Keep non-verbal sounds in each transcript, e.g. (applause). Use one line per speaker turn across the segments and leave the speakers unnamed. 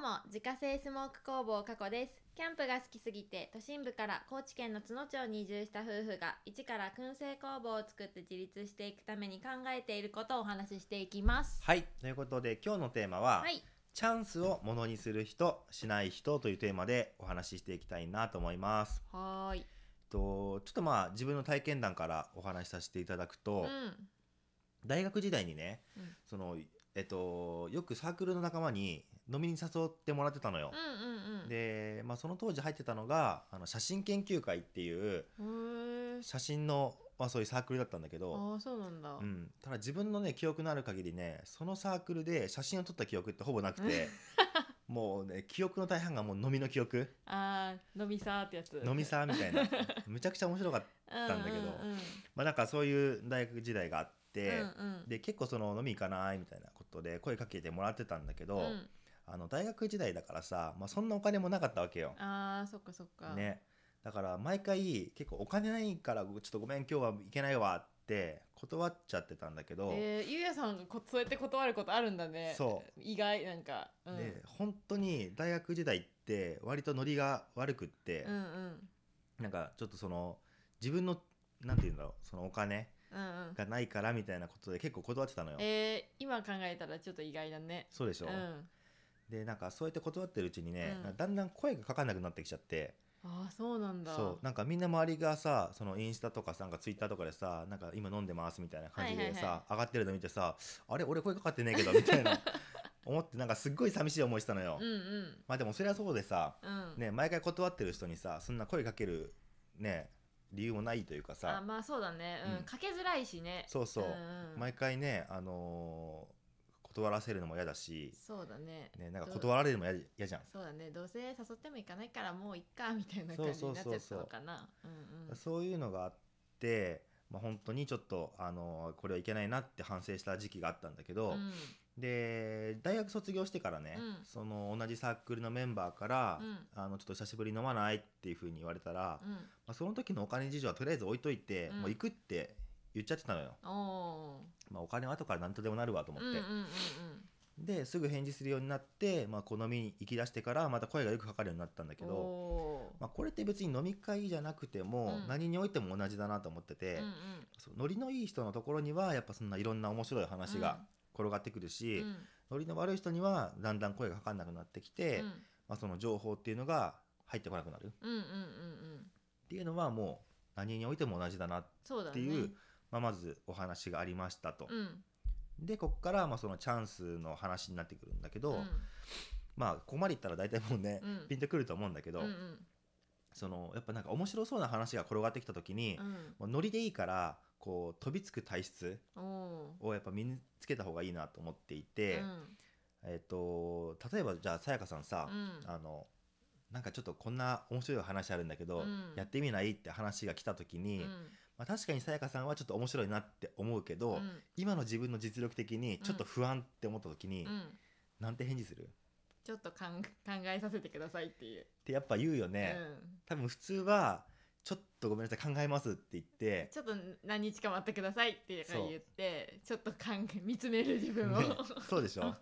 も自家製スモーク工房過去ですキャンプが好きすぎて都心部から高知県の津野町に移住した夫婦が一から燻製工房を作って自立していくために考えていることをお話ししていきます
はいということで今日のテーマは、
はい
チャンスをものにする人しない人というテーマでお話ししていきたいなと思います。
はーい
とちょっとまあ自分の体験談からお話しさせていただく
う
と、
ん
大学時代にね、
うん
そのえっとよくサークルの仲間に飲みに誘ってもらってたのよ。
うんうんうん
で、まあ、その当時入ってたのがあの写真研究会っていう
へー
写真の、まあ、そういうサークルだったんだけど、
ああそうなんだ、
うん、ただ自分のね記憶のある限りねそのサークルで写真を撮った記憶ってほぼなく
(laughs)
てもうね記憶の大半がもう飲みの記憶
ああ飲みさーってやつ
飲みさーみた
(laughs)
いなむちゃくちゃ面白かった
た
んだけどまあなんかそういう大学時代があって、
うんうん
で結構その飲み行かないみたいなことで声かけてもらってたんだけど、
うん
あの大学時代だからさ、まあ、そんなお金もなかったわけよ。
あーそっかそっか
ね、だから毎回結構お金ないからちょっとごめん今日は行けないわって断っちゃってたんだけど、
えー、ゆうやさんがこそうやって断ることあるんだね
そう
意外なんか、うん、
で本当に大学時代って割とノリが悪くって
うんう、ん
なんかちょっとその自分のなんて言うんだろうそのお金
うんうん
がないからみたいなことで結構断ってたのよ。
えー、今考えたらちょっと意外だね
そうでし
う
ょ、
んあ
でなんかそうやって断ってるうちにね
うん、
なんかだんだん声がかかんなくなってきちゃって
あーそうなんだ
そうなんかみんな周りがさそのインスタとかさなんかツイッターとかでさなんか今飲んでますみたいな感じ
は
でさ、
いはいは
上がってるの見てさあれ俺声かかってねえけどみ
(laughs)
たいな思ってなんかすっごい寂しい思いしたのよ、
うんうん
まあでもそれはそうでさ
うん
ね毎回断ってる人にさそんな声かけるね理由もないというか
あ
さ
まあそうだねうん、
うん
かけづらいしね
そうそう、
んん
毎回ねあのー断らせるのも嫌だし、
そうだね
ね、なんか
ど
断られるのも嫌嫌じゃん、
そうだねどうせ誘っても行かないからもういっかみたいな感じになっちゃったのかなうんうん
そういうのがあって、まあ、本当にちょっと、あのーこれはいけないなって反省した時期があったんだけど、
うん
で大学卒業してからね、
うん
その同じサークルのメンバーから、
うん
あのちょっと久しぶりに飲まないっていうふうに言われたら、ま
うん
あ、その時のお金事情はとりあえず置いといて、
うん
もう行くって言っちゃってたのよ、
おー
まあ、お金は後から何とでもなるわと思っ
うんうん
て、
うんうん
ですぐ返事するようになって、まあ、こう飲みに行き出してからまた声がよくかかるようになったんだけど、
お
まあ、これって別に飲み会じゃなくても、
うん
何においても同じだなと思って
ー
て、
うんうん
そうノリのいい人のところにはやっぱそんないろんな面白い話が転がってくる
う
し、
ん
ノリの悪い人にはだんだん声がかかんなくなってきて、
うん
まあ、その情報っていうのが入ってこなくなるっ
うんうんうんうん
ていうのはもう何においても同じだなっ
そうだね
ていう、まあ、まずお話がありましたと。
うん
でここからまあそのチャンスの話になってくるんだけど、
うん
まあここまでいったら大体もうね、
うん
ピンとくると思うんだけど、
うんうん
そのやっぱなんか面白そうな話が転がってきた時に、
うん
もうノリでいいからこう飛びつく体質
おー
をやっぱ身につけた方がいいなと思っていて、
うん
えっと例えばじゃあさやかさんさ、
うん
あのなんかちょっとこんな面白い話あるんだけど、
うん
やってみないって話が来た時に、
うん
まあ、確かにさやかさんはちょっと面白いなって思うけど、
うん
今の自分の実力的にちょっと不安って思った時に、
うん
なんて返事するっ
ちょっとかん考えさせてくださいっていう、
てやっぱ言うよね、多分普通は「ちょっとごめんなさい考えます」って言っ
うん、
て
ちょっと何日か待ってくださいって
そう
言ってちょっと考え見つめる自分を、
ね (laughs) そうでしょ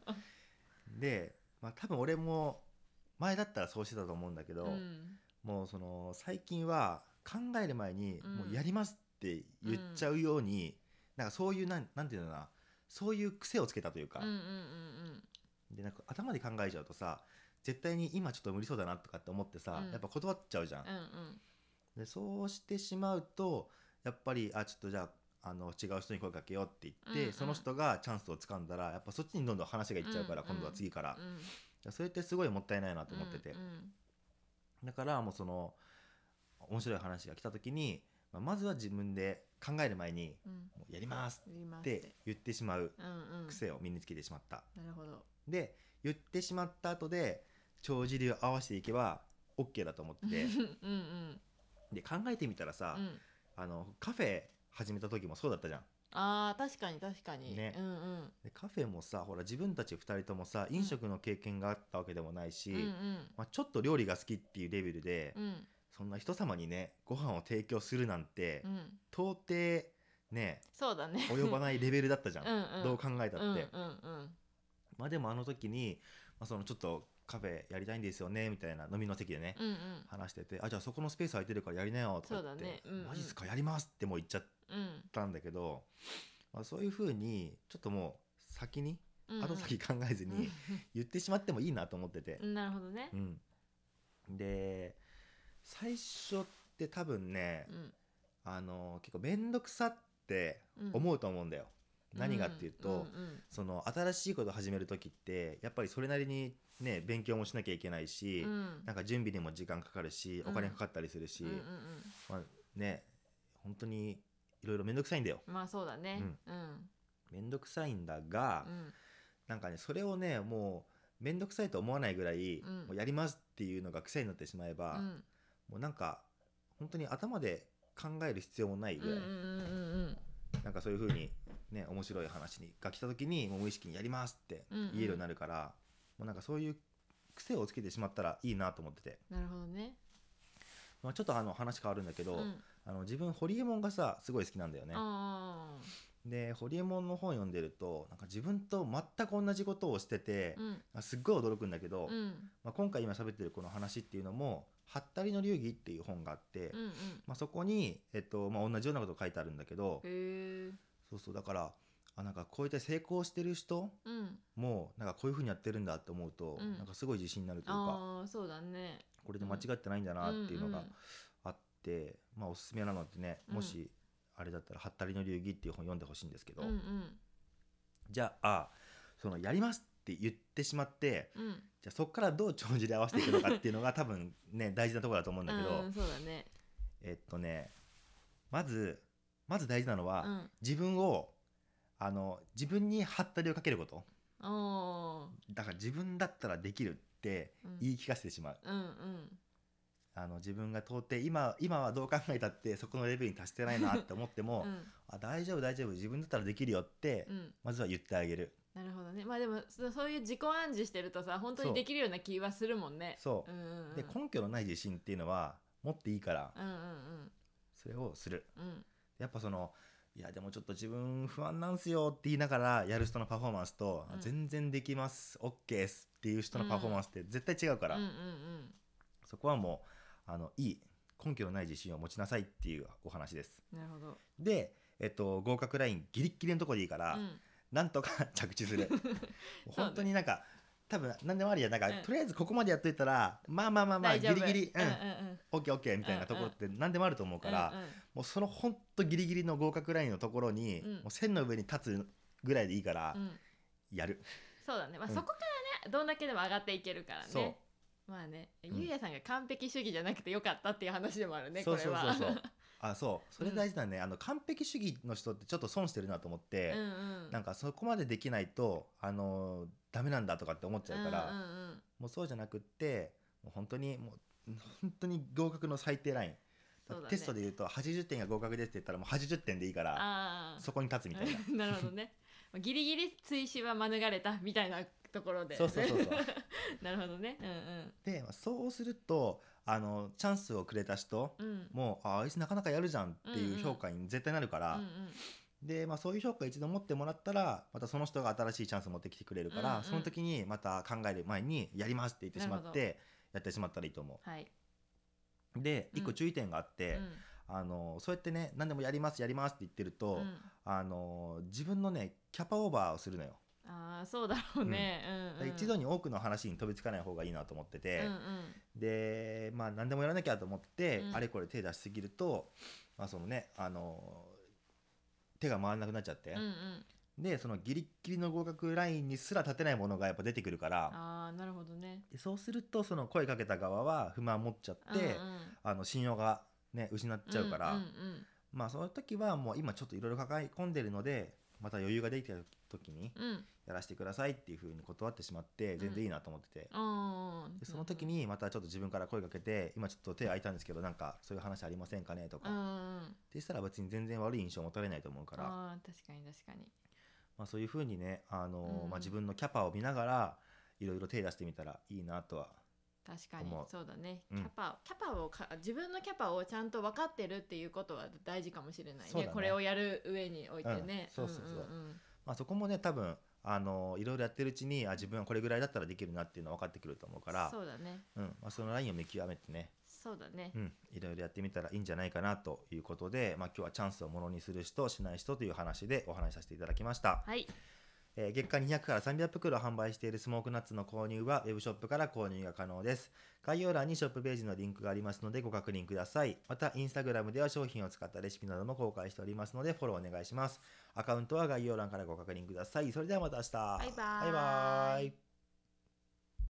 で、まあ、多分俺も前だったらそうしてたと思うんだけど、
うん
もうその最近は考える前に
うん
「もうやります」って言っちゃうように、なんかそういうなんなんていうのかなそういう癖をつけたというか、
うんうんうん
でなんか頭で考えちゃうとさ絶対に今ちょっと無理そうだなとかって思ってさ、
うん
やっぱ断っちゃうじゃん。
うんうん
でそうしてしまうとやっぱりあちょっとじゃああの違う人に声かけようって言って、
うんうん
その人がチャンスを掴んだらやっぱそっちにどんどん話がいっちゃうから、
うんうん
今度は次から、
うん
それってすごいもったいないなと思ってて、
うんうん
だからもうその面白い話が来た時に、まあまずは自分で考える前に
うん
「もうやります」
やりま
っ
すって
て言ってしまう
うんうん、
癖を身につけてしまった、
なるほど
で言ってしまった後で帳尻を合わせていけば OK だと思って
(laughs)
て
うんうん
で考えてみたらさ、
うん
あのカフェ始めた時もそうだったじゃん
あー確かに確かに、
ね
うんうん
でカフェもさほら自分たち2人ともさ飲食の経験があったわけでもないし、
うん
まあ、ちょっと料理が好きっていうレベルで、
うんうん
そんな人様にねご飯を提供するなんて、
うん
到底ね
そうだね
及ばないレベルだったじゃん、
うんうん
どう考えたって、
うんうんうん
まあでもあの時にあ、そのちょっとカフェやりたいんですよねみたいな飲みの席でね、
うんうん
話しててあじゃあそこのスペース空いてるからやりなよとか言って、
そうだねうんうん
マジっすかやりますってもう言っちゃっ
うん
たんだけど、まあ、そういうふうにちょっともう先に
うんうん
後先考えずに言ってしまってもいいなと思ってて
う、んなるほどね
うんで最初って多分ね、
うん
あの結構面倒くさって
うん
思うと思うんだよ、何がっていう
ん
と、
うん
その新しいことを始める時ってやっぱりそれなりにね勉強もしなきゃいけないし、
うん
なんか準備にも時間かかるし
うん
お金かかったりするし、
うんうん
まあ、ね本当にいろいろ面倒くさいんだよ
うんまあそうだねうん
面倒くさいんだが、
うん
なんかねそれをねもう面倒くさいと思わないぐらい、
うん
もうやりますっていうのが癖になってしまえば、
うん
もうなんか本当に頭で考える必要もない
うんうん
ぐらい、
うんうん
なんかそういう風にね面白い話にが来た時にもう無意識にやりますって
うんう
言
ん
えるようになるから、もうなんかそういう癖をつけてしまったらいいなと思ってて、
なるほどね
まあ、ちょっとあの話変わるんだけど、
うん
あの自分ホリエモンがさすごい好きなんだよね。
あ
でホリエモンの本読んでるとなんか自分と全く同じことをしてて
ー、うん
あすっごい驚くんだけど、
うんうん
まあ、今回今喋ってるこの話っていうのも「ハッタリの流儀」っていう本があって、
うん
まあ、そこに、えっとまあ、同じようなこと書いてあるんだけど、
へえ
そうそうだからあなんかこういった成功してる人
うん
もなんかこういうふうにやってるんだって思うと、
うん
なんかすごい自信になるというか
ああそうだね
これで間違ってないんだなっていうの
うん
が
うん
あって、まあ、おすすめなのでね
うん
もしあれだったら「ハッタリの流儀」っていう本読んでほしいんですけど、
うん
じゃあそのやりますって言ってしまって
うんうん
じゃあそこからどう帳尻合わせていくのかっていうのが多分
(laughs)
ね大事なところだと思うんだけど、
うんそうだね
えっとねまずまず大事なのは、
うん
自分をあの自分にハッタリをかけること。
お
だから自分だったらできるって
ーうん
言い聞かせてしまう、
うんうん
あの自分が到底今今はどう考えたってそこのレベルに達してないなって思っても、
うん
あ大丈夫大丈夫自分だったらできるよって、
うん
まずは言ってあげる
なるほどねまあでもそそういう自己暗示してるとさ本当
そ
に
う
できるような気はするもんね
そうう、
んうんうん
で根拠のない自信っていうのは持っていいから
うんうん
それをする
うんうん
やっぱそのいやでもちょっと自分不安なんすよって言いながらやる人のパフォーマンスと、
うん
全然できます OK っすっていう人のパフォーマンスって絶対違うから、
うんうん
そこはもうあのいい根拠のない自信を持ちなさいっていうお話です
うんなるほど
で、えっと、合格ラインギリッギリのとこでいいから、
うん
なんとか (laughs) 着地
(laughs)
するもう本当になんか多分何でもありやなんか、
うん
とりあえずここまでやっといたらまあまあまあまあ
大
ギ
丈夫
リギリ
うんうん
オッケーオッケーみたいなところって何でもあると思う
う
か
ん
ら、
うんうん
もうその本当ギリギリの合格ラインのところに、
うん
もう線の上に立つぐらいでいいから、
うん
やる
そうだねまあ
うん
そこからねどんだけでも上がっていけるから
そう
ねまあね
ん
ゆうやさんが完璧主義じゃなくてよかったっていう話でもあるね
そ
こ
う
れ
そう
は
そうそう (laughs) あそうそれ大事だね、あの完璧主義の人ってちょっと損してるなと思って、
うんうん
なんかそこまでできないとあのダメなんだとかって思っちゃうから、
うんうんうん
もうそうじゃなくってもう本当にもう本当に合格の最低ライン、
そうだね
テストで言うと80点が合格ですって言ったらもう80点でいいから
ああ
そこに立つ
(laughs)
みたいな
なるほどねまあギリギリ追試は免れたみたいなところで
そうそうそうそう
(laughs) なるほどねう
でまあそうするとあのチャンスをくれた人
んうんうん
もうああいつなかなかやるじゃんっていう評価に絶対なるから、
うんうん
で、まあ、そういう評価一度持ってもらったらまたその人が新しいチャンスを持ってきてくれるから、
うんうん
その時にまた考える前にやりますって言ってし
な
ま
る
っ
ほど
てやってしまったらいいと思
はい、
うで一
う
個
ん
注意点があって、
うん
あのそうやってね何でもやりますやりますって言ってると、
うん
あの自分のねキャパオーバーをするのよ、
ああそうだろうね、うんうん、
一度に多くの話に飛びつかない方がいいなと思って
う
て
ん、うん
でまあ何でもやらなきゃと思って、
うん
あれこれ手出しすぎると、まあ、そのねあの手が回らなくなっちゃって、
うんうん
でそのギリッギリの合格ラインにすら立てないものがやっぱ出てくるから
ああなるほどね
でそうするとその声かけた側は不満持っちゃって、
うんうん、
あの信用がね失っちゃうから、
うんうん
まあその時はもう今ちょっといろいろ抱え込んでるのでまた余裕ができた時に
うんうん
やらせてくださいっていう風に断ってしまって全然いいなと思ってて、
あー
でその時にまたちょっと自分から声かけて今ちょっと手空いたんですけどなんかそういう話ありませんかねと
う
か、
んう
っ
ん
てしたら別に全然悪い印象持たれないと思うから、
あー確かに確かに
まあ、そういう風にね、あのー
うん
まあ、自分のキャパを見ながらいろいろ手出してみたらいいなとは
確かに
思う
そうだね、
うん
キャパキャパをか自分のキャパをちゃんと分かってるっていうことは大事かもしれない
そう
ね
だね
これをやる上においてね、
うんそうそうそう
うんんん
まあ、そこもね多分あのいろいろやってるうちにあ自分はこれぐらいだったらできるなっていうのは分かってくると思うから
そうだね
うんまあ、そのラインを見極めてね、
そうだね、
うん、いろいろやってみたらいいんじゃないかなということで、まあ、今日はチャンスをものにする人しない人という話でお話しさせていただきました、
はい
えー月間200から300袋販売しているスモークナッツの購入はウェブショップから購入が可能です概要欄にショップページのリンクがありますのでご確認くださいまたインスタグラムでは商品を使ったレシピなども公開しておりますのでフォローお願いしますアカウントは概要欄からご確認くださいそれではまた明日バ
バイバーイ
バイバーイ